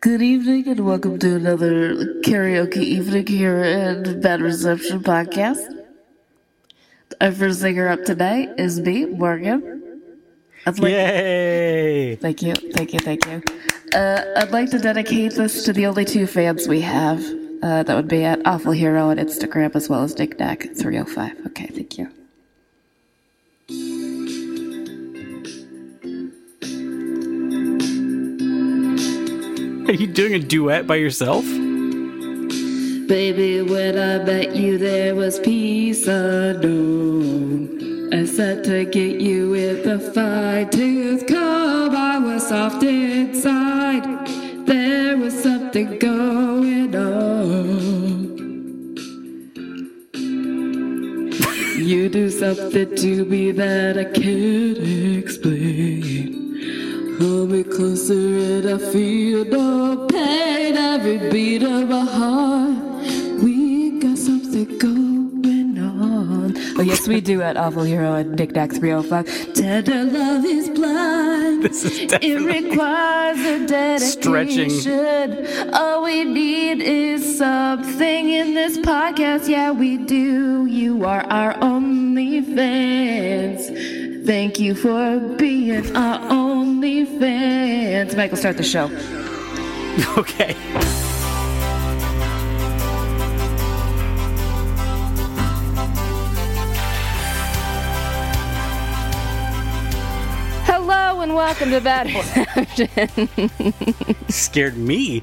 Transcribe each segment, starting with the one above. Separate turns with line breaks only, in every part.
Good evening and welcome to another karaoke evening here at Bad Reception Podcast. Our first singer up tonight is me, Morgan. I'd like,
Yay!
thank you, thank you, thank you. Uh, I'd like to dedicate this to the only two fans we have. Uh, that would be at Awful Hero on Instagram as well as Nick Nack 305. Okay, thank you.
Are you doing a duet by yourself?
Baby, when I met you, there was peace unknown. I said to get you with a fine tooth comb. I was soft inside. There was something going on. You do something to me that I can't explain. Hold me closer and I feel no pain. Every beat of my heart, we got something going on. Oh yes, we do at Awful Hero at Nick Nack 305. Tender oh love is blind.
This is
it
definitely-
requires a dedication.
Stretching.
All we need is something in this podcast. Yeah, we do. You are our only fans. Thank you for being our only fans. Michael, start the show.
Okay.
Hello and welcome to Bad Reception.
Scared me.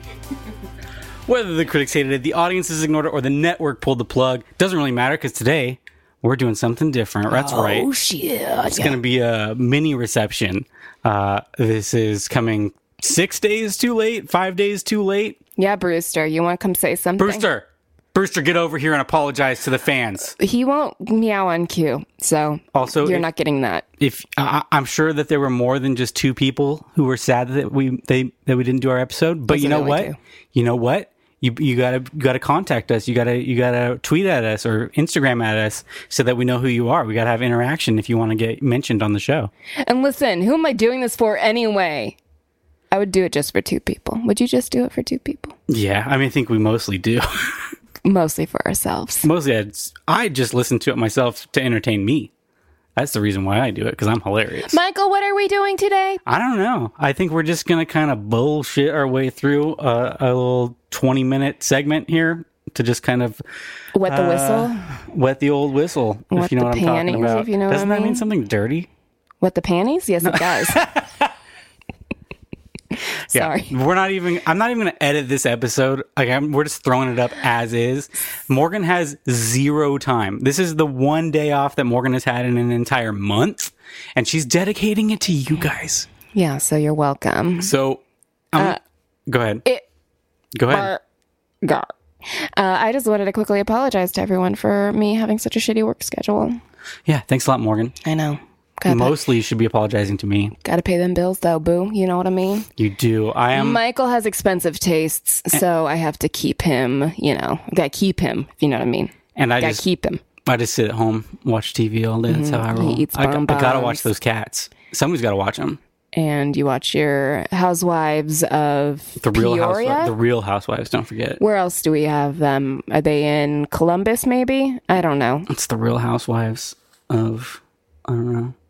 Whether the critics hated it, the audiences ignored it, or the network pulled the plug, doesn't really matter because today we're doing something different. That's right.
Oh shit!
It's going to be a mini reception. Uh, this is coming six days too late, five days too late.
Yeah, Brewster, you want to come say something?
Brewster, Brewster, get over here and apologize to the fans.
He won't meow on cue, so
Also,
you're
Oh, if-
not getting that.
if I, I- I'm sure that there were more than just two people who were sad that we they that we didn't do our episode, but you know
Wasn't really
what?
two.
You know what? You you gotta you gotta contact us. You gotta you gotta tweet at us or Instagram at us so that we know who you are. We gotta have interaction if you want to get mentioned on the show.
And listen, who am I doing this for anyway? I would do it just for two people. Would you just do it for two people?
Yeah, I mean, I think we mostly do.
Mostly for ourselves.
mostly, I'd, I just listen to it myself to entertain me. That's the reason why I do it because I'm hilarious.
Michael, what are we doing today?
I don't know. I think we're just gonna kind of bullshit our way through a, a little twenty-minute segment here to just kind of
Wet
Uh,
the whistle?
wet the old whistle.
Wet
if you know
the
what I'm
panties,
talking about.
if you know what I
Doesn't that mean
mean.
something dirty?
Wet the panties? Yes, it does. Sorry.
Yeah, we're not even. I'm not even gonna edit this episode. Like, I'm, we're just throwing it up as is. Morgan has zero time. This is the one day off that Morgan has had in an entire month, and she's dedicating it to you guys.
Yeah, so you're welcome.
So, um, go ahead.
Uh, it-
go ahead.
Gar. Gar. Uh, I just wanted to quickly apologize to everyone for me having such a shitty work schedule.
yeah, thanks a lot, Morgan.
I know. Gotta,
Mostly, you should be apologizing to me.
pay, gotta pay them bills though, boo. You know what I mean?
You do. I am.
Michael has expensive tastes, so I have to keep him, you know, gotta keep him, if you know what I mean.
and I
Gotta
just
keep him.
I just sit at home, watch TV all day. That's how I roll.
eats
I, I gotta
bonbons.
watch those cats. Somebody's gotta watch them.
And you watch your Housewives of
The real
Peoria.
housewives. The real housewives. Don't forget.
Where else do we have them? Are they in Columbus, maybe? I don't know.
It's the real housewives of. I don't know.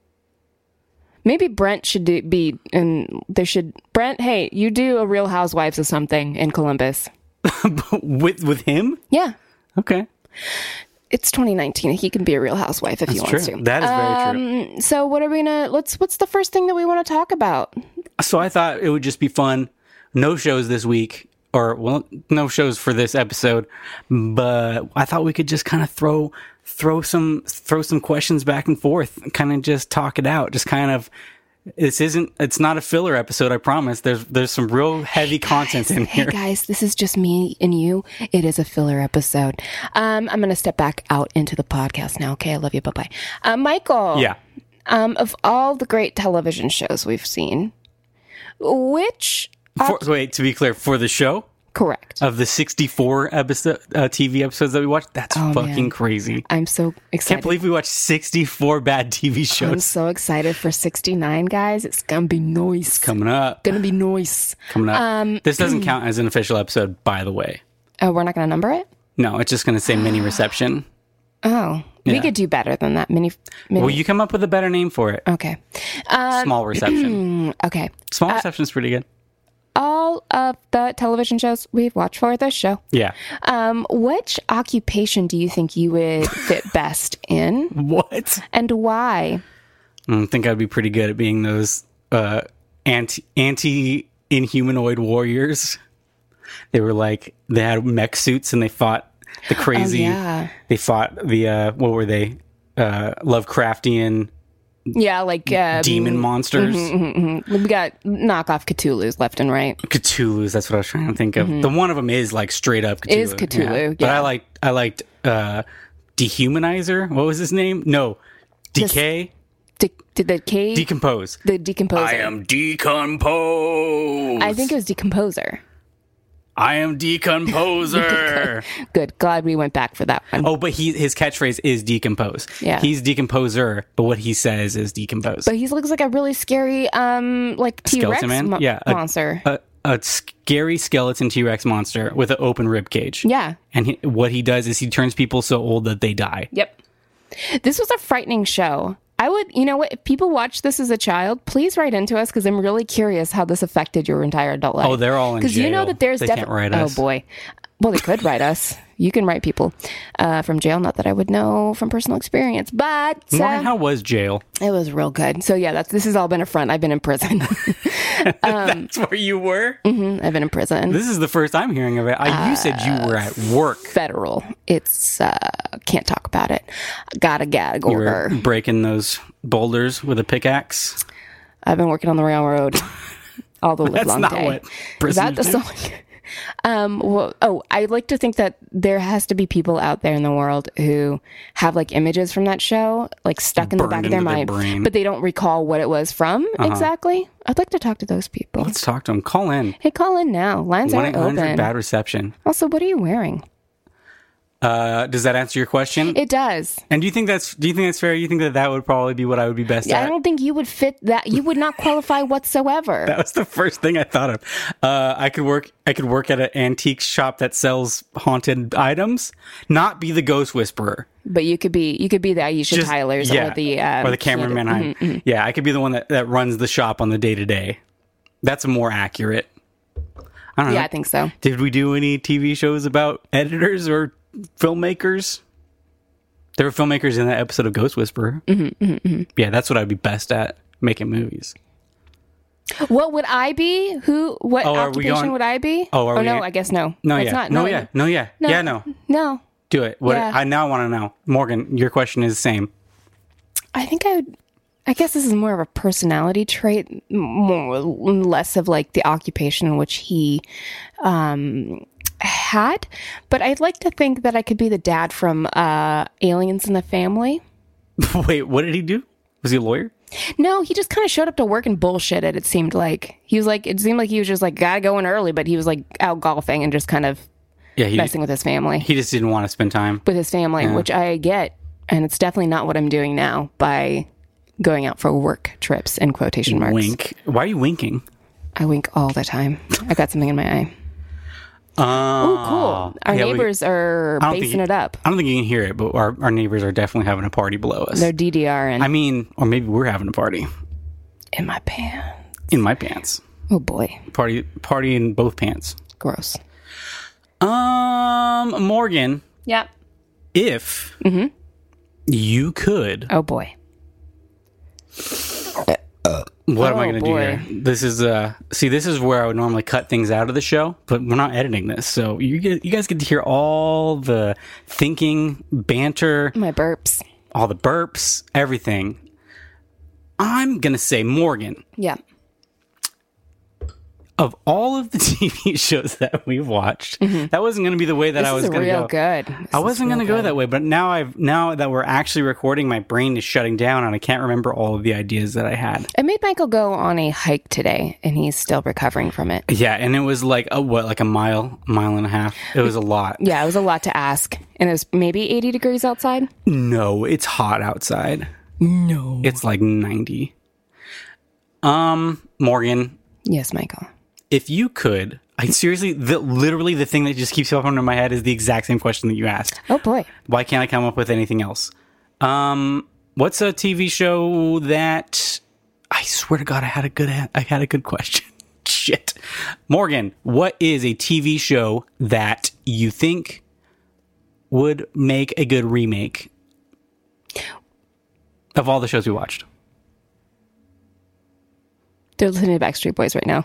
Maybe Brent should do, be, and there should Brent. Hey, you do a Real Housewives of something in Columbus.
with with him.
Yeah,
Okay,
it's 2019. He can be a Real Housewife if he
true.
wants to. Um,
That is very true.
So, what are we gonna? Let's. What's the first thing that we want to talk about?
So I thought it would just be fun. No shows this week, or well, no shows for this episode. But I thought we could just kind of throw throw some throw some questions back and forth, kind of just talk it out, just kind of. This isn't. It's not a filler episode. I promise. There's there's some real heavy content in
Hey
here.
guys, this is just me and you. It is a filler episode. Um, I'm gonna step back out into the podcast now. Okay, I love you. Bye bye. Uh, Michael.
Yeah.
Um, of all the great television shows we've seen, which
For, wait. To be clear, for the show,
Correct.
of the 64 episode uh, TV episodes that we watched. That's
Oh,
fucking
man.
crazy.
I'm so
Can't
excited.
believe we watched 64 bad TV
I'm
shows
so excited for 69, guys. It's gonna be nice.
coming up.
gonna be nice.
Coming up.
Um,
this doesn't count as an official episode, by the way.
Oh, we're not gonna number it.
No, it's just going to say mini reception.
Oh, we could do better than that. Mini. mini
Well, you come up with a better name for it.
okay. Um, Uh,
Small reception.
okay.
Small reception's pretty good.
All of the television shows we've watched for this show.
Yeah.
Um, which occupation do you think you would fit best in,
What?
and why?
I think I'd be pretty good at being those uh, anti anti inhumanoid warriors. They were like they had mech suits and they fought the crazy.
Oh, yeah.
They fought the uh, what were they? Uh, Lovecraftian
Yeah, like uh,
demon monsters,
we got knockoff Cthulhu's left and right.
Cthulhu's. That's what I was trying to think of. The one of them is like straight up Cthulhu.
Mm-hmm. Is Cthulhu,
But
yeah.
I liked I liked uh, Dehumanizer. What was his name? No, Decay,
Did, did the K
Decompose.
the decomposer?
I am decomposed.
I think it was decomposer.
I am decomposer.
Good. Glad we went back for that one.
oh, but he his catchphrase is decompose.
Yeah.
He's decomposer, but what he says is decompose.
But he looks like a really scary, um, like T Rex
Skeleton man?
mo-
Yeah, a-
monster.
a, a scary skeleton T Rex monster with an open rib cage.
yeah.
And he, what he does is he turns people so old that they die.
Yep. This was a frightening show. I would, you know what? If people watch this as a child, please write into us because I'm really curious how this affected your entire adult life.
Oh, they're all in
because you know
jail.
that there's
They
definitely.
can't write us.
Oh boy. Well, they could write us. You can write people uh, from jail. Not that I would know from personal experience, but uh,
Morgan, how was jail?
it was real good. So yeah, that's this has all been a front. I've been in prison. Um,
That's where you were.
I've been in prison.
This is the first I'm hearing of it. I, you said you were at
Uh,
work.
federal. It's uh, can't talk about it. Got a gag
You
order.
were breaking those boulders with a pickaxe.
I've been working on the railroad all the
That's
long
not
day.
what
Is that the
prisoners do.
song? um. Well, oh, I like to think that there has to be people out there in the world who have like images from that show, like stuck in the
Burned
back of their
into their
mind,
brain. Uh-huh.
but they don't recall what it was from exactly. I'd like to talk to those people.
Let's talk to him. Call in.
hey, call in now. Lines
One
are
eight hundred
open.
bad reception.
also, what are you wearing?
Uh, does that answer your question?
It does.
and do you think that's do you think that's fair? You think that that would probably be what I would be best
I
at?
don't think you would fit that. You would not qualify whatsoever.
That was the first thing I thought of. Uh, I could work. I could work at an antique shop that sells haunted items. Not be the ghost whisperer.
But you could be you could be the Aisha
Just-
Tyler's
yeah,
or the Mm-hmm, um,
or the cameraman. I'm- Yeah, I could be the one that, that runs the shop on the day to day. That's more accurate. I don't
Yeah,
know.
I think so.
Did we do any TV shows about editors or filmmakers? There were filmmakers in that episode of Ghost Whisperer. Mm-hmm, Yeah, that's what I'd be best at making movies.
What would I be? Who? What
Oh, are we
occupation
going-
would I be?
Oh, are we-
no, I guess no.
No,
It's
yeah,
not.
no,
I-
yeah, no, yeah,
No.
yeah, no.
no.
Do it. What
Yeah.
I now want to know, Morgan. Your question is the same.
I think I would. I guess this is more of a personality trait, m- more less of like the occupation in which he um, had. But I'd like to think that I could be the dad from uh, Aliens in the Family.
Wait, what did he do? Was he a lawyer?
No, he just kind of showed up to work and bullshitted. It seemed like he was like it seemed like he was just like gotta go in early, but he was like out golfing and just kind of
Yeah, he
messing with his family,
he just didn't want to spend time.
with his family, which I get, and it's definitely not what I'm doing now by going out for work trips in quotation marks.
Wink. Why are you winking?
I wink all the time. I got something in my eye.
Oh,
Cool.
yeah,
Our
we-
neighbors are
don't
basing
think-
it up.
I don't think you can hear it, but our, our neighbors are definitely having a party below us.
They're DDR and
I mean, or maybe we're having a party
in my pants.
in my pants.
Oh boy,
party party in both pants.
gross.
Um, Morgan,
Yep.
if
Mm-hmm.
you could,
Oh boy.
what am I
Oh,
going to do
boy.
here? This is uh, see, this is where I would normally cut things out of the show, but we're not editing this, so you get, you guys get to hear all the thinking, banter,
My burps.
all the burps, everything. I'm gonna say, Morgan,
Yeah.
of all of the TV shows that we've watched, that wasn't going to be the way that I
Mm-hmm.
was
This is
going to
real
go.
good. This
I
is
wasn't
real
going to go
good.
that way, but now I've now that we're actually recording, my brain is shutting down, and I can't remember all of the ideas that I had.
I made Michael go on a hike today, and he's still recovering from it.
Yeah, and it was like a what, like a mile, mile and a half. It was a lot.
Yeah, it was a lot to ask, and it was maybe eighty degrees outside.
No, it's hot outside.
No.
It's like ninety. Um, Morgan,
Yes, Michael.
if you could, I seriously, the, literally, the thing that just keeps popping into my head is the exact same question that you asked.
Oh boy.
Why can't I come up with anything else? Um, what's a TV show that I swear to God I had a good a- I had a good question. Shit, Morgan, what is a TV show that you think would make a good remake of all the shows we watched?
They're listening to Backstreet Boys right now.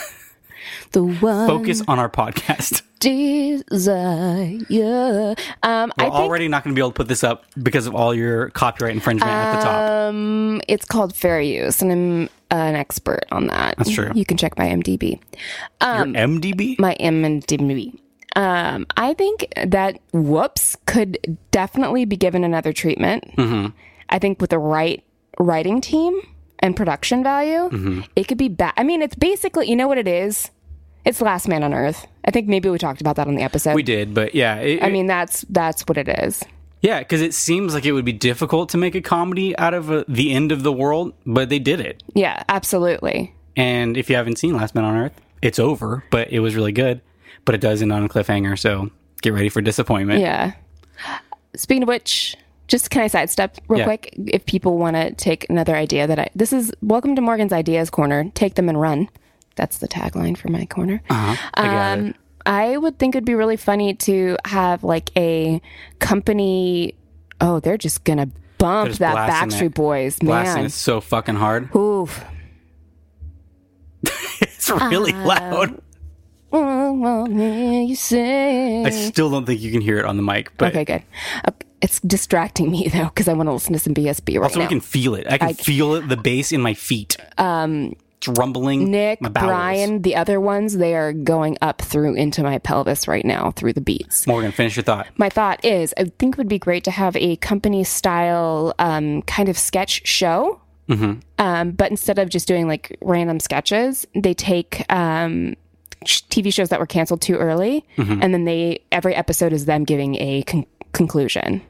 the one
Focus on our podcast.
desire. Um,
We're
I think
already not going to be able to put this up because of all your copyright infringement at the top.
um, it's called fair use, and I'm uh, an expert on that. That's
true.
You can check my MDB.
your MDB?
Um, my MDB. Um, I think that whoops could definitely be given another treatment.
Mm-hmm.
I think with the right writing team and production value,
Mm-hmm.
it could be bad. I mean, it's basically you know what it is. It's Last Man on Earth. I think maybe we talked about that on the episode.
we did, but yeah. It,
I mean, that's that's what it is.
yeah, because it seems like it would be difficult to make a comedy out of uh the end of the world, but they did it.
Yeah, absolutely.
And if you haven't seen Last Man on Earth, it's over, but it was really good. But it does end on a cliffhanger, so get ready for disappointment.
Yeah. Speaking of which, just can I sidestep real
Yeah.
quick? If people want to take another idea that I this is welcome to Morgan's ideas corner. Take them and run. That's the tagline for my corner.
Uh-huh. I got it.
Um, I would think it'd be really funny to have like a company. Oh, they're just gonna bump
just
that
blasting
Backstreet
it.
Boys
Blasting
man.
is so fucking hard.
Oof.
It's really
Uh,
loud.
Oh, well, yeah, you say.
I still don't think you can hear it on the mic, but
eh. Okay, good. Okay, It's distracting me though because I want to listen to some BSB right
also
now.
I can feel it. I can feel it, the bass in my feet. Um, it's rumbling.
Nick,
my bowels.
Brian, the other ones, they are going up through into my pelvis right now through the beats.
Morgan, finish your thought.
My thought is, I think it would be great to have a company style um, kind of sketch show.
Mm-hmm.
Um, but instead of just doing like random sketches, they take um, sh- TV shows that were canceled too early,
Mm-hmm.
and then they every episode is them giving a con- conclusion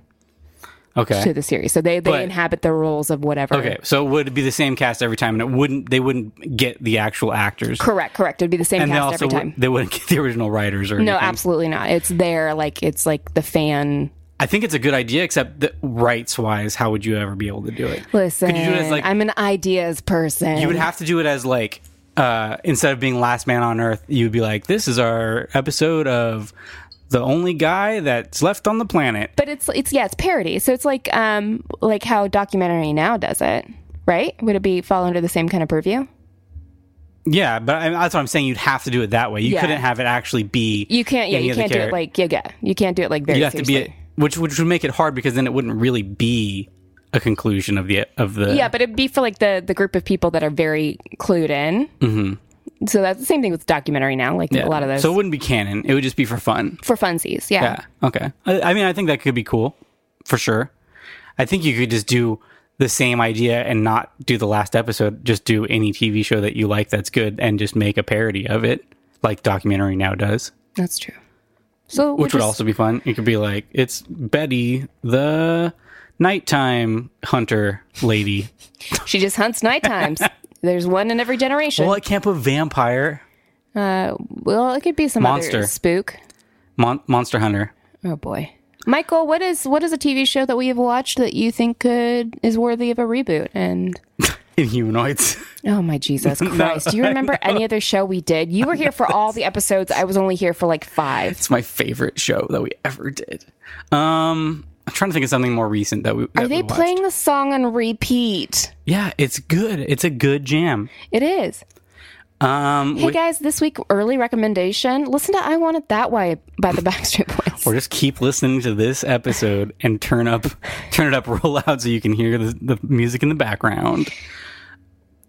Okay.
to the series. So they they
But-
inhabit the roles of whatever.
Okay, so it would be the same cast every time, and it wouldn't they wouldn't get the actual actors,
Correct, correct. It would be the same
and they
cast
also
every time.
would, they wouldn't get the original writers or
no,
anything.
absolutely not. It's their like it's like the fan
I think it's a good idea, except that rights wise, how would you ever be able to do it?
Listen,
Could you do it as, like-
I'm an ideas person.
You would have to do it as like uh, instead of being last man on earth, you'd be like, this is our episode of the only guy that's left on the planet.
but it's it's yeah, it's parody. So it's like um like how documentary now does it, right? Would it be fall under the same kind of purview?
Yeah, but I, that's what I'm saying. You'd have to do it that way. You
Yeah.
couldn't have it actually be
You can't yeah,
any
you
of the
can't do it
character-
like yeah, yeah. You can't do it like very
You'd have to be
seriously.
it, which which would make it hard because then it wouldn't really be a conclusion of the of the
yeah, but it'd be for like the the group of people that are very clued in. Mm-hmm. So that's the same thing with documentary now, like
Yeah.
a lot of those
So it wouldn't be canon. It would just be for fun.
for funsies. Yeah.
Yeah. Okay. I, I mean, I think that could be cool for sure. I think you could just do the same idea and not do the last episode. Just do any TV show that you like that's good and just make a parody of it, like documentary now does,
that's true. So
which would
just-
also be fun. It could be like it's Betty the nighttime hunter lady.
she just hunts night times. There's one in every generation.
well, I can't put vampire
Uh, well, it could be some
Monster.
other spook.
mon- monster hunter.
Oh boy. Michael, what is what is a TV show that we have watched that you think could is worthy of a reboot? And
in humanoids.
oh my Jesus Christ, do you remember any other show we did? You were here for all the episodes. I was only here for like five.
It's my favorite show that we ever did. Um, I'm trying to think of something more recent that we that
Are
we
they
watched.
playing the song on repeat?
Yeah, it's good. It's a good jam.
It is.
Um,
Hey
we,
guys, this week early recommendation. Listen to "I Want It That Way" by the Backstreet Boys.
or just keep listening to this episode and turn up, turn it up real loud so you can hear the, the music in the background.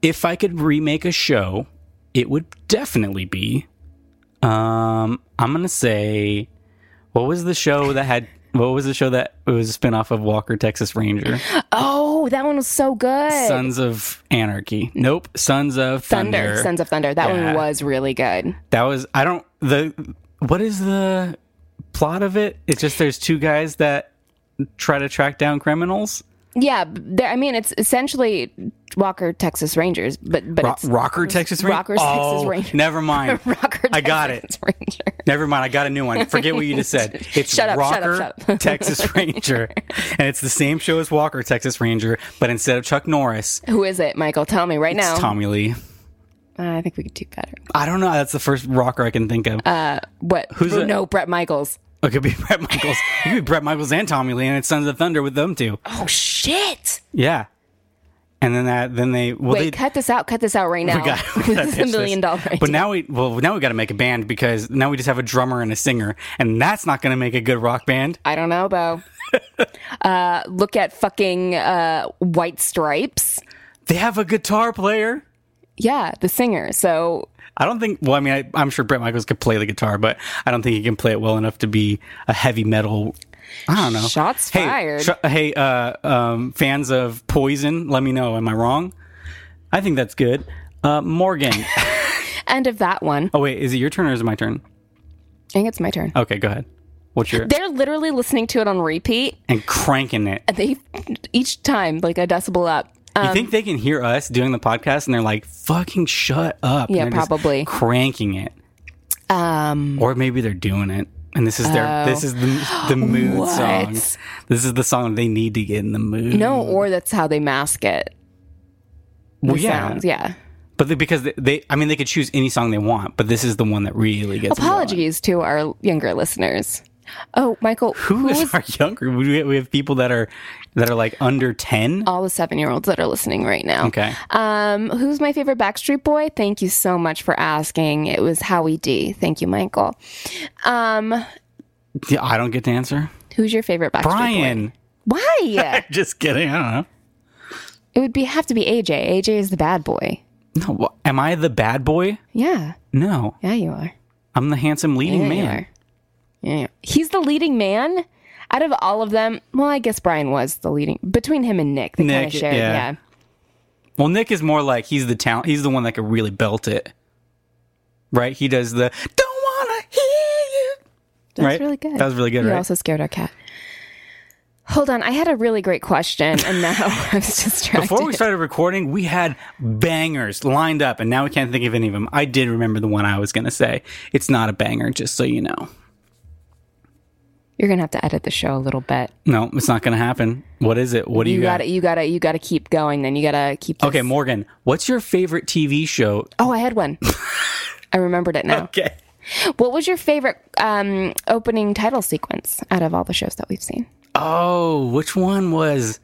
If I could remake a show it would definitely be. Um, I'm gonna say, what was the show that had? What was the show that it was a spinoff of Walker Texas Ranger?
Oh, that one was so good.
Sons of Anarchy. Nope. Sons of
Thunder.
Thunder.
Sons of Thunder. That
Yeah.
one was really good.
That was I don't the what is the plot of it? It's just there's two guys that try to track down criminals.
Yeah, b- there, I mean it's essentially Walker Texas Rangers, but but
Ro-
it's
Rocker Texas Ranger.
Rocker, Texas Ranger.
Oh, Never mind.
Rocker.
I got it.
Texas Ranger.
Never mind. I got a new one. Forget what you just said. It's
Shut up, shut up,
Rocker
shut up.
Texas Ranger, and it's the same show as Walker Texas Ranger, but instead of Chuck Norris,
Who is it, Michael? Tell me right now.
it's Tommy Lee.
Uh, I think we could do better.
I don't know. That's the first rocker I can think of.
Uh. What? Who's
it?
no Brett Michaels?
it could be Brett Michaels. It could be Brett Michaels and Tommy Lee, and it's Sons of Thunder with them two.
Oh shit!
Yeah. And then that, then they, well,
Wait,
they,
cut this out. Cut this out right now.
we got, we gotta
this is a
pitch
million
this.
dollar.
But
idea.
now we, well, now we got to make a band because now we just have a drummer and a singer, and that's not going to make a good rock band.
I don't know, Bo. uh, look at fucking uh, White Stripes.
They have a guitar player.
Yeah, the singer. So
I don't think. Well, I mean, I, I'm sure Brett Michaels could play the guitar, but I don't think he can play it well enough to be a heavy metal. I don't know.
Shots
hey,
fired.
tr- hey, uh, um, fans of Poison, let me know. Am I wrong? I think that's good. Uh, Morgan.
end of that one.
oh wait, is it your turn or is it my turn?
I think it's my turn.
Okay, go ahead. What's your
They're literally listening to it on repeat,
and cranking it?
and they each time like a decibel up.
You think they can hear us doing the podcast and they're like, "Fucking shut up!" and
Yeah,
they're just
probably.
cranking it,
Um,
or maybe they're doing it, and this is their this is the, the mood song.
Oh. What?
This is the song they need to get in the mood.
no, or that's how they mask it. The
Well, yeah.
sounds, yeah.
but they, because they, they, I mean, they could choose any song they want, but this is the one that really gets. them going.
Apologies to our younger listeners. Oh, Michael, who
Who
is
is our younger? We have, we have people that are that are like under ten.
all the seven-year-olds that are listening right now?
Okay,
Um, who's my favorite Backstreet Boy? Thank you so much for asking. It was Howie D. Thank you, Michael. Um,
yeah, I don't get to answer.
who's your favorite Backstreet Boy?
Brian,
Why?
just kidding. I
it would be have to be AJ. AJ is the bad boy.
don't know. No, wh- am I the bad boy?
Yeah,
No,
yeah, you are.
I'm the handsome leading
Yeah, you
man.
are. Yeah, you are. he's the leading man out of all of them. Well, I guess Brian was the leading between him and Nick. They kind
Nick,
of shared.
yeah.
yeah.
Well, Nick is more like he's the talent. He's the one that could really belt it, right? He does the "Don't wanna hear you."
That's
right?
really good.
That was really good,
You
right?
also scared our cat. Hold on, I had a really great question, and now I was distracted.
Before we started recording, we had bangers lined up, and now we can't think of any of them. I did remember the one I was gonna say. It's not a banger, just so you know.
You're gonna have to edit the show a little bit.
No, it's not gonna happen. What is it? What do you,
You
got?
gotta, you gotta, you gotta keep going. Then you gotta keep. This.
Okay, Morgan, what's your favorite TV show?
Oh, I had one. I remembered it now.
Okay.
What was your favorite um, opening title sequence out of all the shows that we've seen?
Oh, which one was?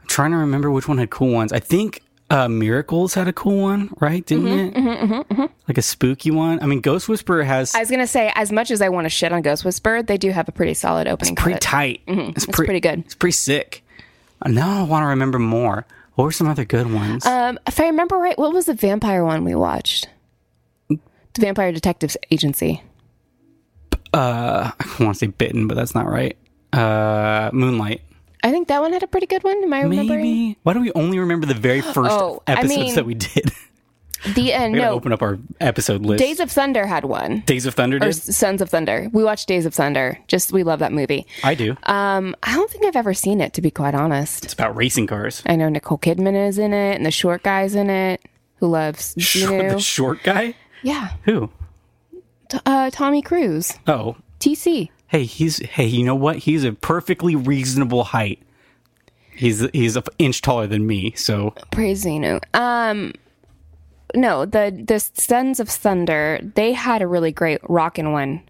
I'm trying to remember which one had cool ones. I think uh, Miracles had a cool one, right? Didn't
Mm-hmm,
it? Like a spooky one. I mean, Ghost Whisperer has
I was gonna say, as much as I want to shit on Ghost Whisperer, they do have a pretty solid opening.
pretty
credit.
tight. It's, pre-
Mm-hmm, pretty good.
It's pretty sick. Uh, Now I want to remember more. What were some other good ones?
Um, if I remember right, what was the vampire one we watched? The Vampire Detectives Agency.
Uh, I want to say Bitten, but that's not right. Uh, Moonlight.
I think that one had a pretty good one. Am I remembering?
Maybe. Why do we only remember the very first
Oh, I
episodes
mean-
that we did?
The uh,
we gotta
no,
open up our episode list.
Days of Thunder had one.
Days of Thunder.
Or
Did?
S- Sons of Thunder. We watched Days of Thunder. Just we love that movie.
I do.
Um, I don't think I've ever seen it to be quite honest.
it's about racing cars.
I know Nicole Kidman is in it, and the short guy's in it, who loves
Short,
Gino.
the short guy.
yeah,
Who?
T- uh, Tommy Cruise,
Oh,
TC.
hey, he's hey. You know what? He's a perfectly reasonable height. He's he's an inch taller than me, so
Praise Zeno. Um, no, the the Sons of Thunder. They had a really great rockin' one.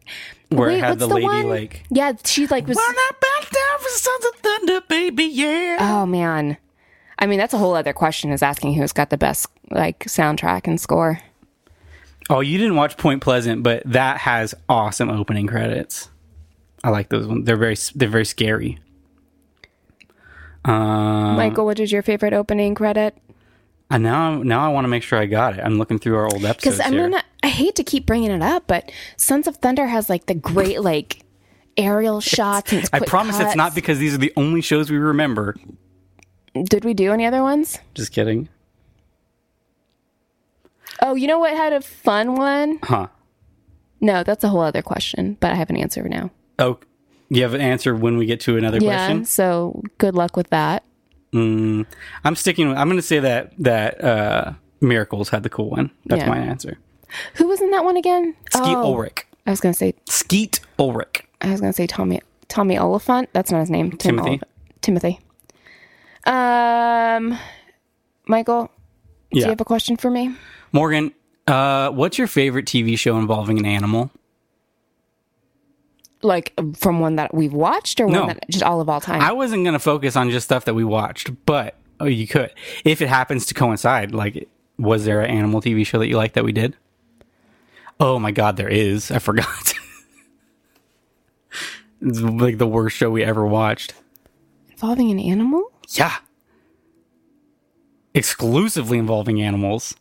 where
Wait,
I had
what's
the lady
one?
like.
Yeah, she like was.
We're not back down for sons of thunder, baby. Yeah.
Oh man, I mean that's a whole other question. Is asking who's got the best like soundtrack and score.
Oh, you didn't watch Point Pleasant, but that has awesome opening credits. I like those ones. They're very they're very scary. Um, Uh-huh.
Michael, what is your favorite opening credit?
And now, now I want to make sure I got it. I'm looking through our old episodes.
Because I'm
here.
gonna, I hate to keep bringing it up, but Sons of Thunder has like the great like aerial shots. And it's
I
quick
promise it's
cuts.
not because these are the only shows we remember.
Did we do any other ones?
Just kidding.
Oh, you know what had a fun one?
Huh.
No, that's a whole other question, but I have an answer now.
Oh, you have an answer when we get to another
Yeah,
question?
so good luck with that.
I'm sticking with, I'm going to say that, that, uh, Miracles had the cool one. That's
Yeah.
my answer.
Who was in that one again?
Skeet
oh,
Ulrich.
I was gonna say
Skeet Ulrich.
I was gonna say Tommy Tommy Oliphant. That's not his name. Tim
Timothy.
Oliph- Timothy. Um, Michael, do
Yeah.
you have a question for me?
Morgan, uh, what's your favorite TV show involving an animal?
Like from one that we've watched, or
No.
one that just all of all time?
I wasn't going to focus on just stuff that we watched, but oh, you could. If it happens to coincide, like, was there an animal TV show that you liked that we did? Oh my God, there is. I forgot. it's like the worst show we ever watched.
Involving an animal?
Yeah. Exclusively involving animals.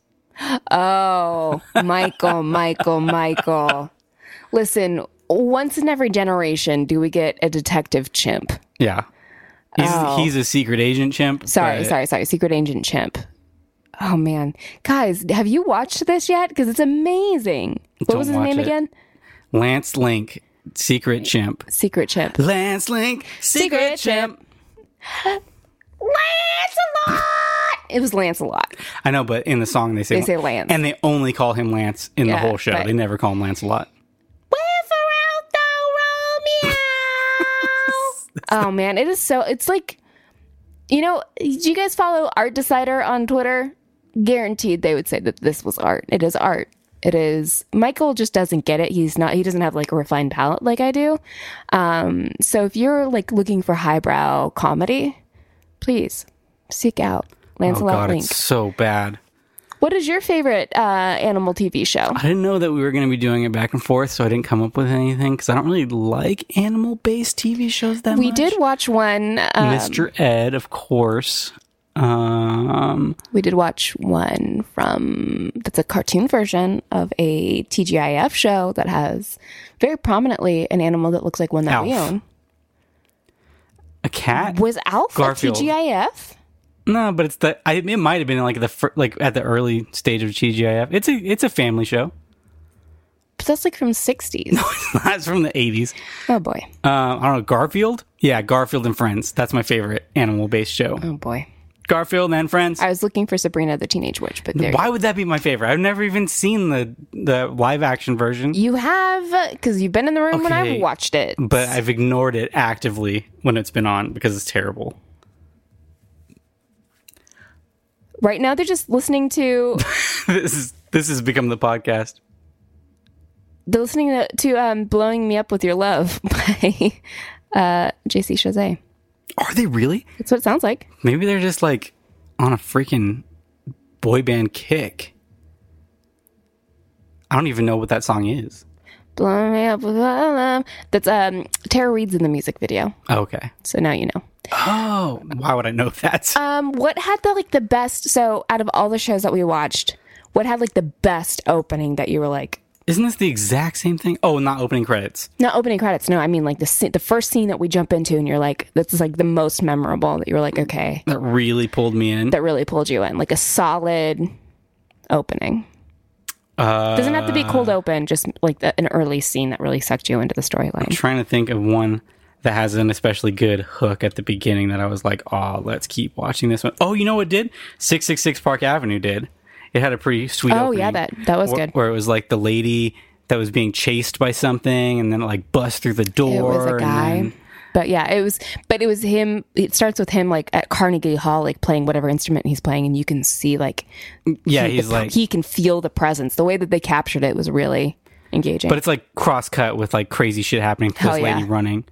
Oh, Michael, Michael, Michael. Listen, once in every generation do we get a detective chimp.
Yeah. He's,
Oh.
he's a secret agent chimp.
Sorry,
but-
sorry, sorry. Secret agent chimp. Oh man, guys, have you watched this yet? Because it's amazing. What
Don't
was his
watch
name
it.
again?
Lance Link, secret chimp.
Secret chimp.
Lance Link, secret,
Secret
chimp.
Lancelot. It was Lancelot.
I know, but in the song they say
They say Lance.
and they only call him Lance in the
Yeah,
whole show.
but-
They never call him Lancelot.
oh man, it is so. It's like, you know, do you guys follow Art Decider on Twitter? Guaranteed, they would say that this was art. It is art. It is. Michael just doesn't get it. He's not. He doesn't have like a refined palate like I do. Um, so if you're like looking for highbrow comedy, please seek out
Oh
Lancelot
god,
Link.
it's so bad.
What is your favorite uh, animal TV show?
I didn't know that we were going to be doing it back and forth, so I didn't come up with anything because I don't really like animal-based TV shows that
We
much.
did watch one. Um,
Mr. Ed, of course. Um,
We did watch one from that's a cartoon version of a TGIF show that has very prominently an animal that looks like one that we
Alf.
own.
a cat?
Was Alf
Garfield.
a TGIF?
no, but it's the. I, it might have been like the fir- like at the early stage of TGIF. It's a it's a family show.
But that's like from sixties.
That's from the eighties.
oh boy.
Um, I don't know Garfield. Yeah, Garfield and Friends. That's my favorite animal-based show.
Oh boy.
Garfield and Friends.
I was looking for Sabrina the Teenage Witch, but there
Why would that be my favorite? I've never even seen the the live action version,
you have because you've been in the room when I
Okay.
watched it.
but I've ignored it actively when it's been on because it's terrible.
Right now they're just listening to
this is this has become the podcast.
they're listening to, to um, "Blowing Me Up with Your Love" by uh, J.C. Chazet.
Are they really?
That's what it sounds like.
Maybe they're just like on a freaking boy band kick. I don't even know what that song is.
Blow me up with love. That's um Tara Reid's in the music video,
Oh, Okay.
so now you know.
Oh, why would I know that?
Um, what had the like the best? So out of all the shows that we watched, what had like the best opening that you were like?
Isn't this the exact same thing? Oh, not opening credits.
Not opening credits. No, I mean like the scene, the first scene that we jump into, and you're like, this is like the most memorable. That you were like, okay,
That really pulled me in.
that really pulled you in, like a solid opening.
Uh,
Doesn't have to be cold open, just like the, an early scene that really sucked you into the
I'm
storyline.
trying to think of one that has an especially good hook at the beginning that I was like, oh, let's keep watching this one. Oh, you know what did? 666 Park Avenue did. It had a pretty sweet
Oh, yeah,
opening
that- that was
wh-
good.
Where it was like the lady that was being chased by something and then it like bust through the door.
It was a
and
guy.
then-
But yeah, it was. But it was him. It starts with him like at Carnegie Hall, like playing whatever instrument he's playing, and you can see like
Mm, yeah,
the
he's
pr-
like,
he can feel the presence. The way that they captured it was really engaging.
but it's like cross cut with like crazy shit happening to
Hell
this lady
yeah.
running.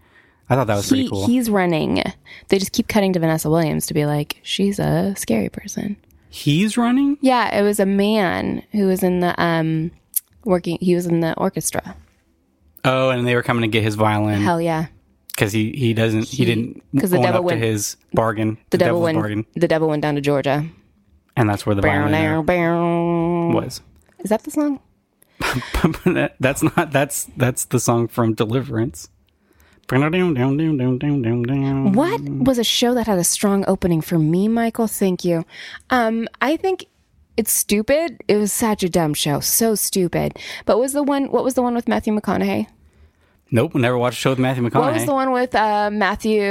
I thought that was
he
pretty cool.
he's running. They just keep cutting to Vanessa Williams to be like, she's a scary person.
he's running?
Yeah, it was a man who was in the um working. He was in the orchestra.
Mm. Oh, and they were coming to get his violin.
Hell yeah.
because he he doesn't he, didn't
'cause the
own
devil
up
went-
to his bargain.
The, devil
devil's
went.
bargain.
The devil went down to Georgia.
and that's where the violin
What?
was.
Is that the song?
That- that's not that's that's the song from Deliverance. What?
What was a show that had a strong opening for me, Michael? Thank you. Um, I think it's stupid. It was such a dumb show, so stupid. But was the one? What was the one with Matthew McConaughey?
Nope, never watched a show with Matthew
What was the
McConaughey.
one with uh, Matthew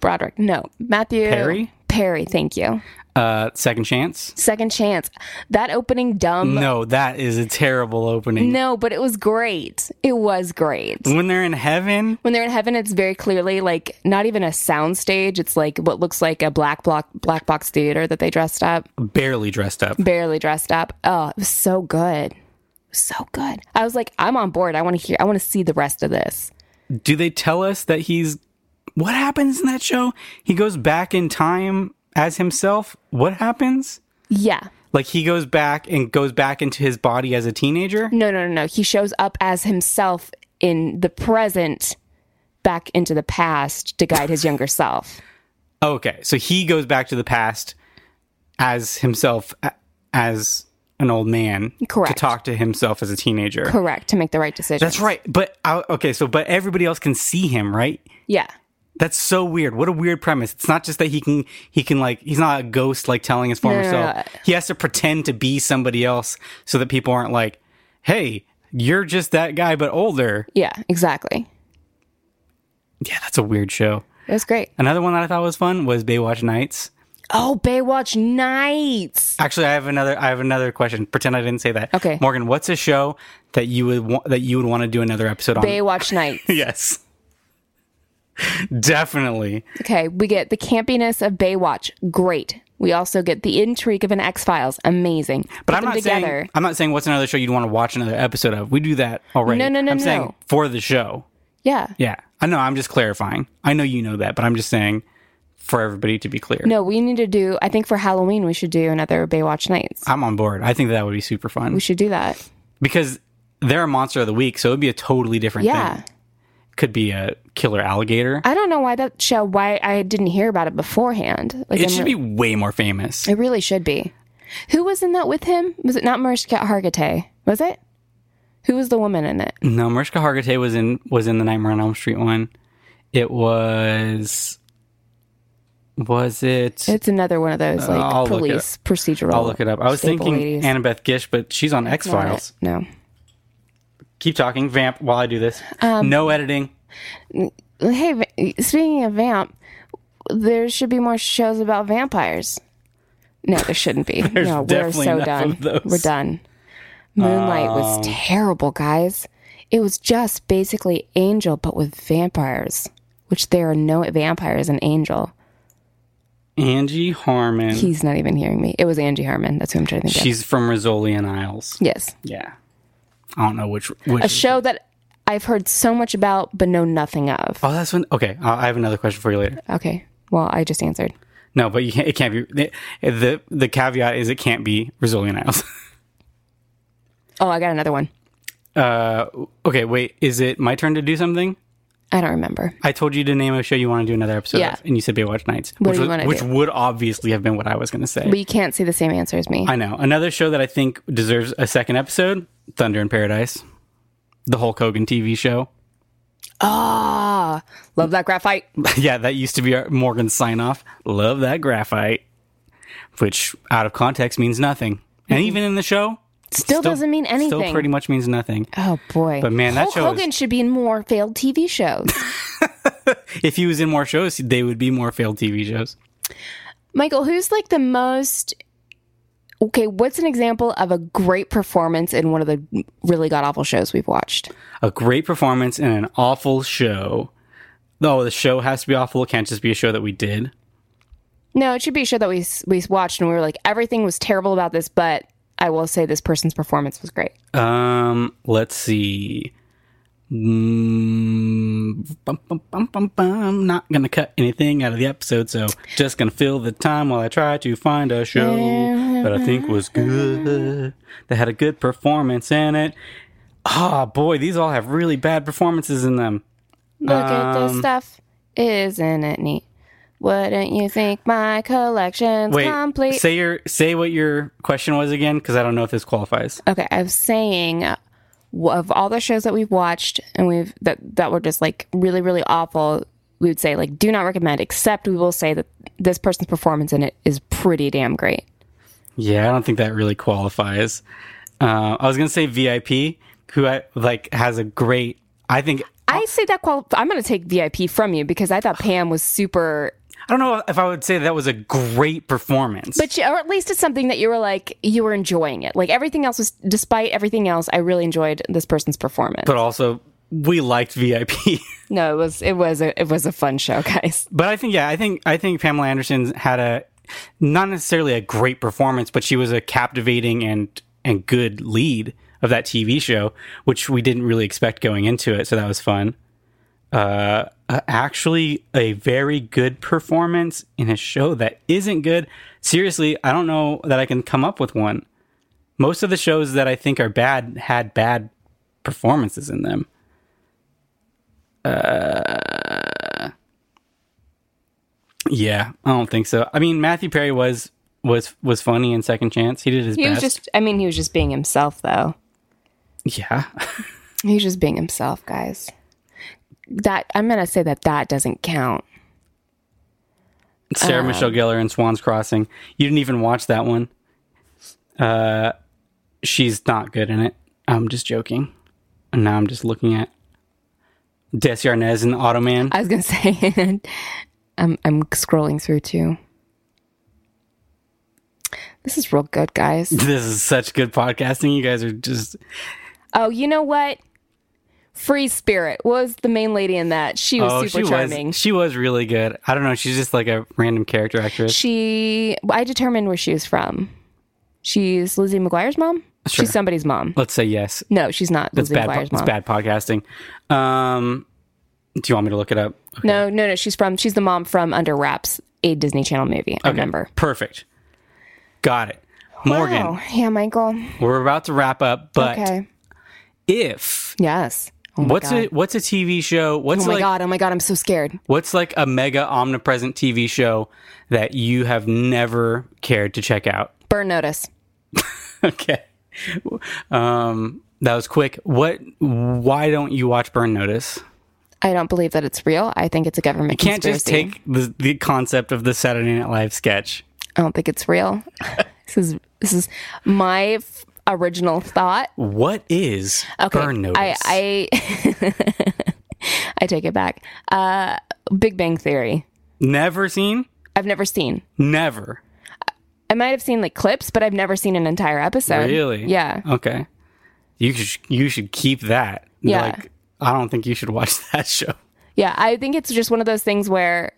Broderick? No, Matthew
Perry?
Perry. Thank you.
Uh, Second Chance.
Second chance. That opening dumb.
No, that is a terrible opening.
No, but it was great. It was great.
When they're in heaven,
When they're in heaven, it's very clearly like not even a sound stage. It's like what looks like a black block black box theater that they dressed up,
barely dressed up.
barely dressed up. Oh, it was so good. So good. I was like, I'm on board. I want to hear I want to see the rest of this.
Do they tell us that he's what happens in that show? He goes back in time as himself. What happens?
Yeah.
Like he goes back and goes back into his body as a teenager.
No, no, no, no. He shows up as himself in the present back into the past to guide his younger self.
Okay, so he goes back to the past as himself a- as an old man
Correct.
to talk to himself as a teenager.
Correct, to make the right decision.
That's right. But I, okay, so but everybody else can see him, right?
Yeah.
That's so weird. What a weird premise. It's not just that he can he can like he's not a ghost like telling his former
No, no,
self.
no.
He has to pretend to be somebody else so that people aren't like, "Hey, you're just that guy but older."
Yeah, exactly.
Yeah, that's a weird show.
It was great.
Another one that I thought was fun was Baywatch Nights.
Oh, Baywatch Nights.
Actually, I have another. I have another question. Pretend I didn't say that.
Okay.
Morgan, what's a show that you would wa- that you would want to do another episode on?
Um, Baywatch Nights.
yes, definitely.
Okay, we get the campiness of Baywatch. Great. We also get the intrigue of an X Files. Amazing.
But
Put
I'm
them
not
together.
saying I'm not saying what's another show you'd want to watch another episode of. We do that already.
No, no, no,
I'm
no.
saying for the show.
yeah.
Yeah, I know. I'm just clarifying. I know you know that, but I'm just saying for everybody to be clear.
No, we need to do. I think for Halloween we should do another Baywatch Nights.
I'm on board. I think that would be super
We
fun
should do that.
because they're a monster of the week, so it'd be a totally different
Yeah.
thing. Could be a killer alligator.
I don't know why that show. Why I didn't hear about it beforehand. Like
It should be way more famous.
It really should be. Who was in that with him? Was it not Mariska Hargitay? Was it? Who was the woman in it?
No, Mariska Hargitay was in was in the Nightmare on Elm Street one. It was was it?
It's another one of those like
Uh, I'll look it
police procedural.
I'll look it up. I was
staple
thinking
ladies.
Annabeth Gish, but she's on X
Not it.
Files.
No.
Keep talking, vamp, while I do this.
Um,
no editing.
Hey, va- speaking of vamp, there should be more shows about vampires. No, there shouldn't be. no, we're
definitely
so
enough
done.
of those. Um,
We're done. Moonlight was terrible, guys. It was just basically Angel, but with vampires, which there are no vampires in Angel.
Angie Harmon.
He's not even hearing me. It was Angie Harmon. That's who I'm trying to think of.
She's from Rizzoli and Isles.
Yes.
Yeah. I don't know which which.
A show that I've heard so much about but know nothing of.
oh, that's when. Okay, I I have another question for you later.
Okay. Well, I just answered.
No, but you can't, it can't be. The, the the caveat is it can't be Rizzoli and Isles.
Oh, I got another one.
Uh, okay, wait. Is it my turn to do something?
I don't remember.
I told you to name a show you want to do another episode
Yeah.
of, and you said Baywatch Nights,
What
which,
do
was-
you wanna
which
do?
would obviously have been what I was going to say.
But you can't say the same answer as me.
I know. Another show that I think deserves a second episode Thunder in Paradise, the Hulk Hogan TV show.
Ah, love that graphite.
yeah, that used to be our Morgan's sign off. Love that graphite, which out of context means nothing. And even in the show,
Mm-hmm. Still, doesn't mean anything.
Still pretty much means nothing.
oh boy.
But man, that
Hulk
show is-
Hogan should be in more failed TV shows.
If he was in more shows, they would be more failed TV shows.
Michael, who's like the most Okay, what's an example of a great performance in one of the really god awful shows we've watched?
a great performance in an awful show. No, the show has to be awful. It can't just be a show that we did.
No, it should be a show that we we watched and we were like everything was terrible about this, but I will say this person's performance was great.
Um, let's see. Mm, bum, bum, bum, bum, bum. Not gonna cut anything out of the episode, so just gonna fill the time while I try to find a show that I think was good, that had a good performance in it. Ah, boy, these all have really bad performances in them.
Look at this stuff. Isn't it neat? Wouldn't you think my collection's
Wait,
complete?
say your say what your question was again, because I don't know if this qualifies.
okay, I was saying uh, w- of all the shows that we've watched and we've that that were just like really really awful, we would say like do not recommend. Except we will say that this person's performance in it is pretty damn great.
Yeah, I don't think that really qualifies. Uh, I was gonna say VIP, who I like has a great. I think
I say that qual. I'm going to take VIP from you because I thought Pam was super
I don't know if I would say that was a great performance.
But you, or at least it's something that you were like you were enjoying it. Like everything else was, despite everything else, I really enjoyed this person's performance.
but also we liked VIP.
no, it was it was a it was a fun show, guys.
but I think yeah, I think I think Pamela Anderson had a not necessarily a great performance, but she was a captivating and and good lead of that TV show, which we didn't really expect going into it, so that was fun. Uh, uh, actually, a very good performance in a show that isn't good. Seriously, I don't know that I can come up with one. Most of the shows that I think are bad had bad performances in them. Uh, Yeah, I don't think so. I mean, Matthew Perry was was was funny in Second Chance. He did his
He was
best.
just I mean, he was just being himself though.
yeah,
He was just being himself, guys. That I'm gonna say that that doesn't count.
Sarah
Um,
Michelle Gellar in Swans Crossing. You didn't even watch that one. Uh, she's not good in it. I'm just joking. And now I'm just looking at Desi Arnaz in Automan.
I was gonna say I'm I'm scrolling through too. This is real good, guys.
this is such good podcasting. You guys are just
Oh, you know what? Free Spirit was the main lady in that. She was
oh,
super
she
charming.
was she was really good. I don't know. She's just like a random character actress.
She, I determined where she was from. She's Lizzie McGuire's mom.
Sure.
She's somebody's mom.
Let's say yes.
No, she's not
That's
Lizzie
bad.
McGuire's
po-
mom.
It's bad podcasting. Um, do you want me to look it up? Okay.
No, no, no. She's from. She's the mom from Under Wraps, a Disney Channel movie. I remember.
Perfect. Got it. Morgan,
Oh, yeah, Michael.
we're about to wrap up, but
okay.
if
Yes. Oh my
what's
god.
a what's a TV show? What's
Oh my
like
god. Oh my god. I'm so scared.
what's like a mega omnipresent TV show that you have never cared to check out?
Burn notice.
okay. Um that was quick. What why don't you watch Burn Notice?
I don't believe that it's real. I think it's a government
Can't
conspiracy.
just take the the concept of the Saturday Night Live sketch.
I don't think it's real. this is this is my f- original thought.
What is
Okay,
Burn Notice?
I I, I take it back. Uh, Big Bang Theory.
never seen?
I've never seen.
Never.
I might have seen like clips, but I've never seen an entire episode.
Really?
Yeah.
Okay. You should you should keep that.
Yeah.
Like I don't think you should watch that show.
Yeah. I think it's just one of those things where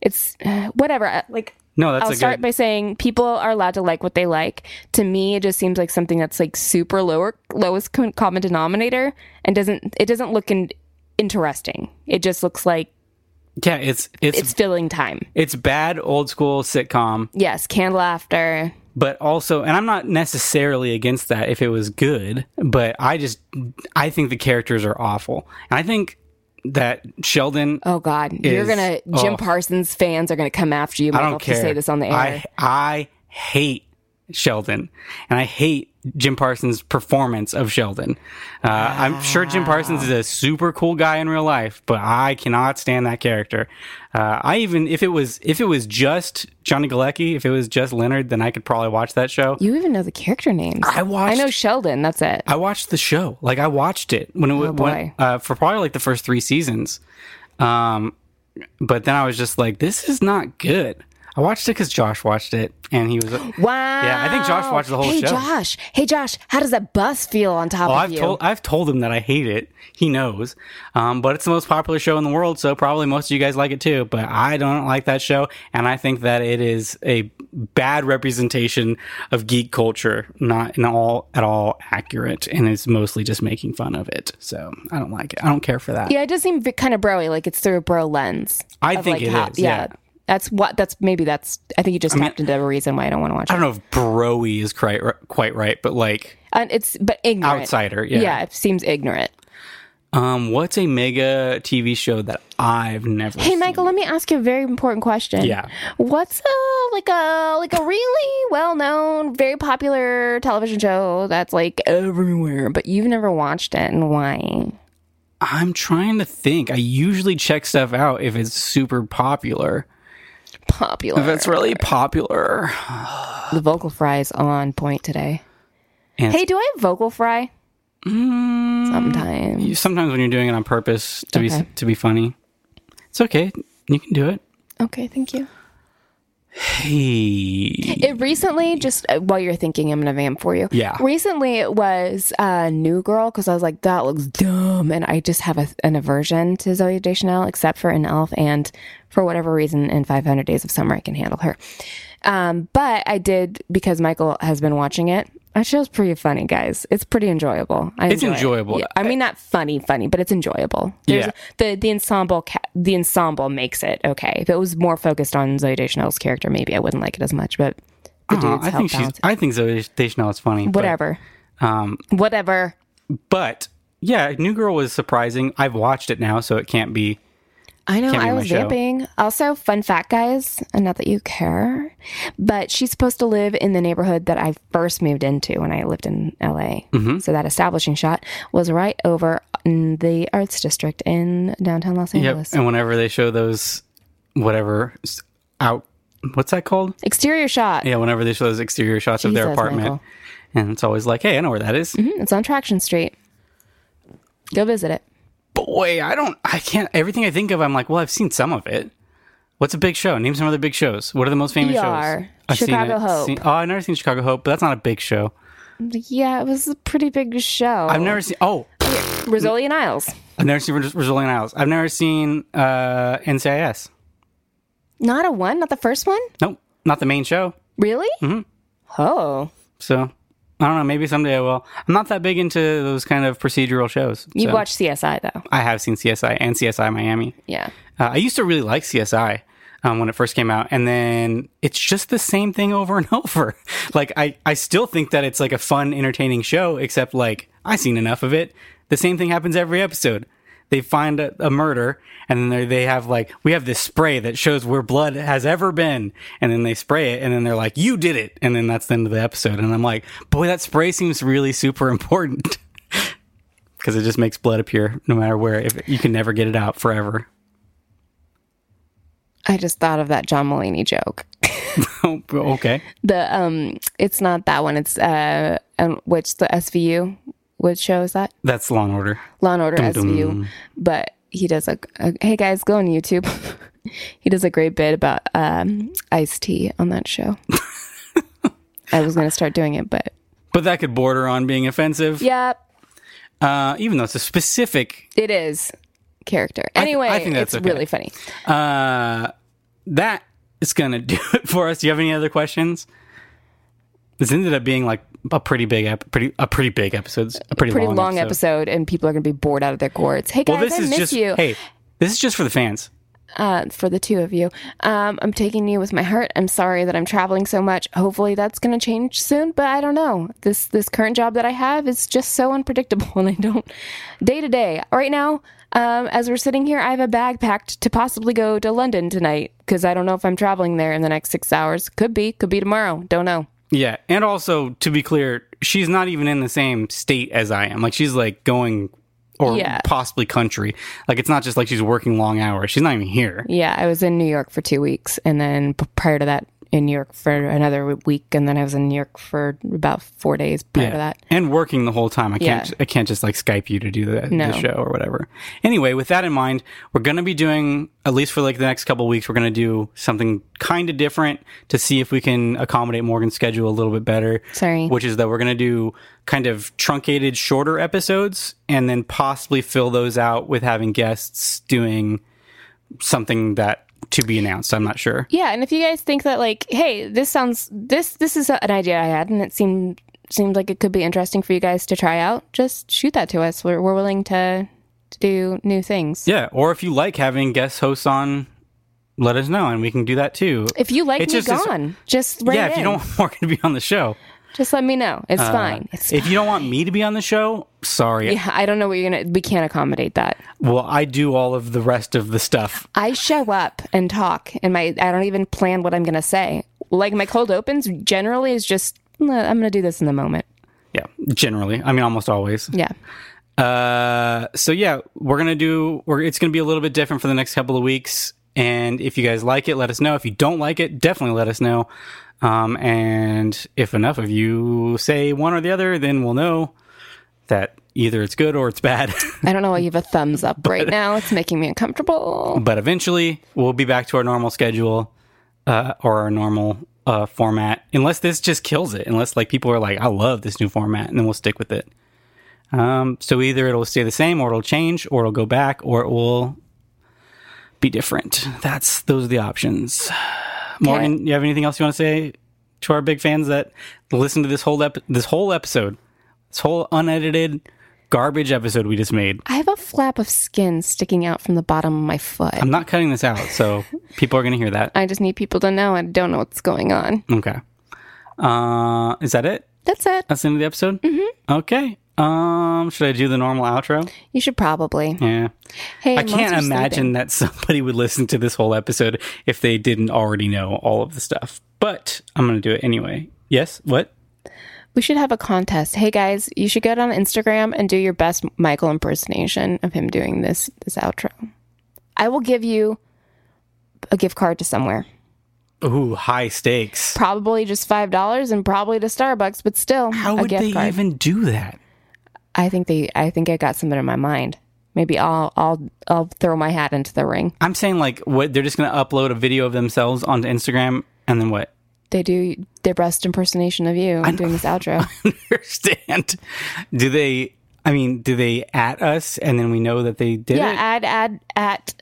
it's whatever. I- Like
No, that's
I'll
a
start
good.
by saying people are allowed to like what they like. To me, it just seems like something that's like super lower lowest co- common denominator and doesn't it doesn't look in, interesting. It just looks like
yeah, it's it's
it's
it's,
filling time.
bad old school sitcom,
Yes, candle after.
but also, and I'm not necessarily against that if it was good, but I just I think the characters are awful, and I think that Sheldon.
Oh God,
is-
you're gonna Jim
oh.
Parsons fans are gonna come after you.
I
Michael,
don't
if you
care.
say this on the air.
I I hate Sheldon, and I hate Jim Parsons' performance of Sheldon. Uh, I'm sure Jim
Ah.
Parsons is a super cool guy in real life, but I cannot stand that character. Uh, I even if it was if it was just Johnny Galecki, if it was just Leonard, then I could probably watch that show.
you even know the character names.
I watched.
I know Sheldon. That's it.
I watched the show. Like I watched it when it was
Oh, boy.
uh, for probably like the first three seasons. Um, but then I was just like, this is not good. I watched it because Josh watched it, and he was.
Wow.
Yeah, I think Josh watched the whole
hey,
show.
Josh. Hey, Josh. How does that bus feel on top
Oh,
of
I've
you?
told I've told him that I hate it. He knows, um, but it's the most popular show in the world, so probably most of you guys like it too. But I don't like that show, and I think that it is a bad representation of geek culture, not in all at all accurate, and it's mostly just making fun of it. So I don't like it. I don't care for that.
yeah, it does seem kind of broy. Like it's through a bro lens.
I
of,
think
like,
it
how-
is, yeah.
That's what. That's maybe. That's. I think you just tapped into a reason why I don't want to watch
I
it.
don't know if broy is quite quite right, but like
And it's but ignorant.
outsider, yeah.
Yeah, it seems ignorant.
Um, what's a mega TV show that I've never?
Hey,
seen?
Michael, let me ask you a very important question.
Yeah.
What's a like a like a really well-known, very popular television show that's like everywhere, but you've never watched it, and why?
I'm trying to think. I usually check stuff out if it's super popular.
Popular.
If it's really popular.
the vocal fry is on point today.
And
Hey, do I have vocal fry?
Mm.
Sometimes.
you- sometimes when you're doing it on purpose to be
Okay.
to be funny, it's okay. You can do it.
Okay, thank you.
Hey,
It recently, just uh, while you're thinking, I'm gonna vamp for you.
Yeah.
Recently, it was uh, New Girl because I was like, that looks dumb, and I just have a, an aversion to Zoe Deschanel, except for in Elf, and for whatever reason, in 500 Days of Summer, I can handle her. Um, but I did because Michael has been watching it. That show's pretty funny, guys. It's pretty enjoyable. I
It's
enjoy it.
enjoyable.
Yeah. I mean, not funny, funny, but it's enjoyable. There's-
Yeah.
The the ensemble ca- the ensemble makes it okay. If it was more focused on Zoe Deschanel's character, maybe I wouldn't like it as much. But the
Aw,
dudes
I
help
think she's.
balance it.
I think Zoe Deschanel is funny. but- um,
whatever, whatever.
But yeah, New Girl was surprising. I've watched it now, so it can't be.
I know
Can't be
I
my
was
show.
vamping. Also, fun fact, guys, and not that you care, but she's supposed to live in the neighborhood that I first moved into when I lived in LA.
Mm-hmm.
So that establishing shot was right over in the Arts District in downtown Los
Yep.
Angeles.
And whenever they show those, whatever s- out, what's that called?
Exterior shot.
Yeah, whenever they show those exterior shots of their
Jesus,
apartment,
Michael.
and it's always like, hey, I know where that is.
Mm-hmm, It's on Traction Street. Go visit it.
Boy, I don't. I can't. Everything I think of, I'm like, well, I've seen some of it. What's a big show? Name some other big shows. What are the most famous shows?
ER,
seen
Chicago
it.
Hope.
Seen- oh, I've never seen Chicago Hope, but that's not a big show.
Yeah, it was a pretty big show.
I've never seen. Oh,
Rosalia and Isles.
I've never seen Ros- Rosaline Isles. I've never seen uh, NCIS.
Not a one, not the first one?
Nope, not the main show.
Really?
Mm-hmm.
Oh.
So I don't know. Maybe someday I will. I'm not that big into those kind of procedural shows.
You've
so.
watched CSI though.
I have seen CSI and CSI Miami.
Yeah.
Uh, I used to really like CSI um, when it first came out, and then it's just the same thing over and over. Like I, I still think that it's like a fun, entertaining show, except like I've seen enough of it. The same thing happens every episode. They find a, a murder, and then they- they have like we have this spray that shows where blood has ever been, and then they spray it, and then they're like, "You did it," and then that's the end of the episode. And I'm like, "Boy, that spray seems really super important." Because it just makes blood appear no matter where. If you can never get it out forever.
I just thought of that John Mulaney joke.
Oh, okay.
The um it's not that one, it's uh um, which the SVU. Which show is that?
That's Law and Order.
Law and Order SVU. But he does a, a hey guys, go on YouTube. he does a great bit about um iced tea on that show. I was gonna start doing it, but
But that could border on being offensive,
yep,
uh, even though it's a specific.
it is character. Anyway,
I think that's
it's
okay.
really funny.
Uh, that is going to do it for us. Do you have any other questions? This ended up being like a pretty big, ep- pretty a pretty big episode, a pretty,
Pretty long,
long,
episode. and people are gonna be bored out of their gourds. Hey guys,
Well, this
I
is
miss
just
you.
hey, this is just for the fans.
uh, for the two of you. Um, I'm taking you with my heart. I'm sorry that I'm traveling so much. Hopefully that's going to change soon, but I don't know. This this current job that I have is just so unpredictable, and I don't day to day. Right now, um, as we're sitting here, I have a bag packed to possibly go to London tonight because I don't know if I'm traveling there in the next six hours. Could be, could be tomorrow. Don't know.
Yeah, and also to be clear, she's not even in the same state as I am. Like she's like going or
Yeah.
possibly country. Like it's not just like she's working long hours. She's not even here.
Yeah, I was in New York for two weeks, and then p- prior to that. In New York for another week, and then I was in New York for about four days prior to that.
And working the whole time. I can't
Yeah.
I can't just like Skype you to do the,
No.
the show or whatever. Anyway, with that in mind, we're going to be doing at least for like the next couple weeks we're going to do something kind of different to see if we can accommodate Morgan's schedule a little bit better.
Sorry.
Which is that we're going to do kind of truncated shorter episodes and then possibly fill those out with having guests doing something that to be announced. I'm not sure.
Yeah, and if you guys think that like, hey, this sounds this this is an idea I had and it seemed seemed like it could be interesting for you guys to try out, just shoot that to us. We're we're willing to to do new things.
Yeah, or if you like having guest hosts on, let us know and we can do that too.
If you like
It's
me
just- it's-
gone, just write
yeah, if Uh,
in.
you don't want Morgan to be on the show,
Just let me know. It's fine. It's
If you don't want me to be on the show, sorry.
yeah, I don't know what you're gonna. We can't accommodate that.
Well, I do all of the rest of the stuff.
I show up and talk, and my I don't even plan what I'm gonna say. Like my cold opens generally is just "Mm, I'm gonna do this in the moment.
Yeah, generally. I mean, almost always.
Yeah,
Uh, so yeah, we're gonna do. We're, it's gonna be a little bit different for the next couple of weeks. And if you guys like it, let us know. If you don't like it, definitely let us know. Um, and if enough of you say one or the other, then we'll know that either it's good or it's bad.
I don't know why you have a thumbs up right now. It's making me uncomfortable.
but eventually, we'll be back to our normal schedule uh, or our normal uh, format, unless this just kills it. Unless like people are like, "I love this new format," and then we'll stick with it. Um, so either it'll stay the same, or it'll change, or it'll go back, or it will be different. That's those are the options. Morgan, you have anything else you want to say to our big fans that listen to this whole ep- this whole episode, this whole unedited garbage episode we just made?
I have a flap of skin sticking out from the bottom of my foot.
I'm not cutting this out, so people are going to hear that.
I just need people to know I don't know what's going on.
Okay. Uh, is that it?
That's it.
That's the end of the episode. Mm-hmm. Okay. Um, should I do the normal outro?
You should probably.
Yeah.
Hey,
I can't
monster's
imagine
sleeping.
that somebody would listen to this whole episode if they didn't already know all of the stuff. But I'm gonna do it anyway. Yes. What?
We should have a contest. Hey guys, you should get on Instagram and do your best Michael impersonation of him doing this this outro. I will give you a gift card to somewhere.
Ooh, high stakes.
Probably just five dollars and probably to Starbucks, but still
How
a
would
gift
they
card.
even do that?
I think they I think I got something in my mind. Maybe I'll I'll I'll throw my hat into the ring.
I'm saying like what they're just gonna upload a video of themselves onto Instagram and then what?
They do their best impersonation of you doing this outro.
Understand? Do they? I mean, do they at us and then we know that they did
yeah,
it?
add add at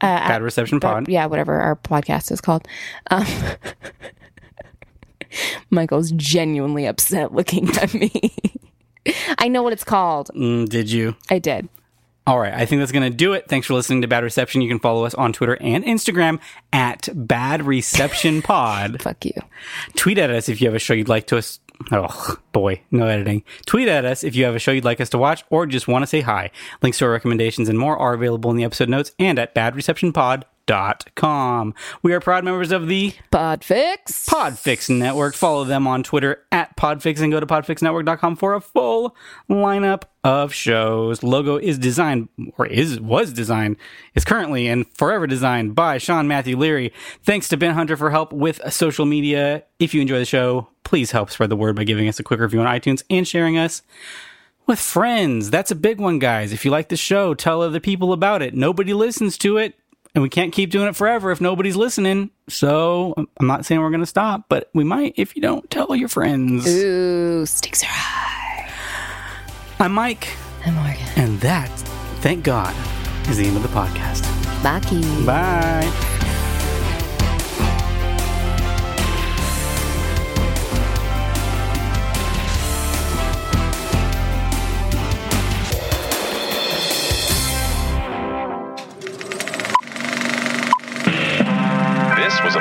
Bad reception pod.
yeah, whatever our podcast is called. Um, Michael's genuinely upset looking at me. I know what it's called.
Mm, did you?
I did.
All right, I think that's going to do it. Thanks for listening to Bad Reception. You can follow us on Twitter and Instagram at Bad Reception Pod.
Fuck you.
Tweet at us if you have a show you'd like to us. Oh boy, no editing. Tweet at us if you have a show you'd like us to watch or just want to say hi. Links to our recommendations and more are available in the episode notes and at badreceptionpod.com. We are proud members of the
Podfix.
Podfix Network. Follow them on Twitter at Podfix and go to podfixnetwork.com for a full lineup of shows. Logo is designed or is was designed, is currently and forever designed by Sean Matthew Leary. Thanks to Ben Hunter for help with social media. If you enjoy the show, please help spread the word by giving us a quick review on iTunes and sharing us with friends. That's a big one, guys. If you like the show, tell other people about it. Nobody listens to it, and we can't keep doing it forever if nobody's listening. So I'm I'm not saying we're going to stop, but we might if you don't tell your friends.
Uh. Ooh, sticks are high.
I'm Mike,
I'm Morgan.
and that, thank God, is the end of the podcast.
Baki.
Bye.
This was a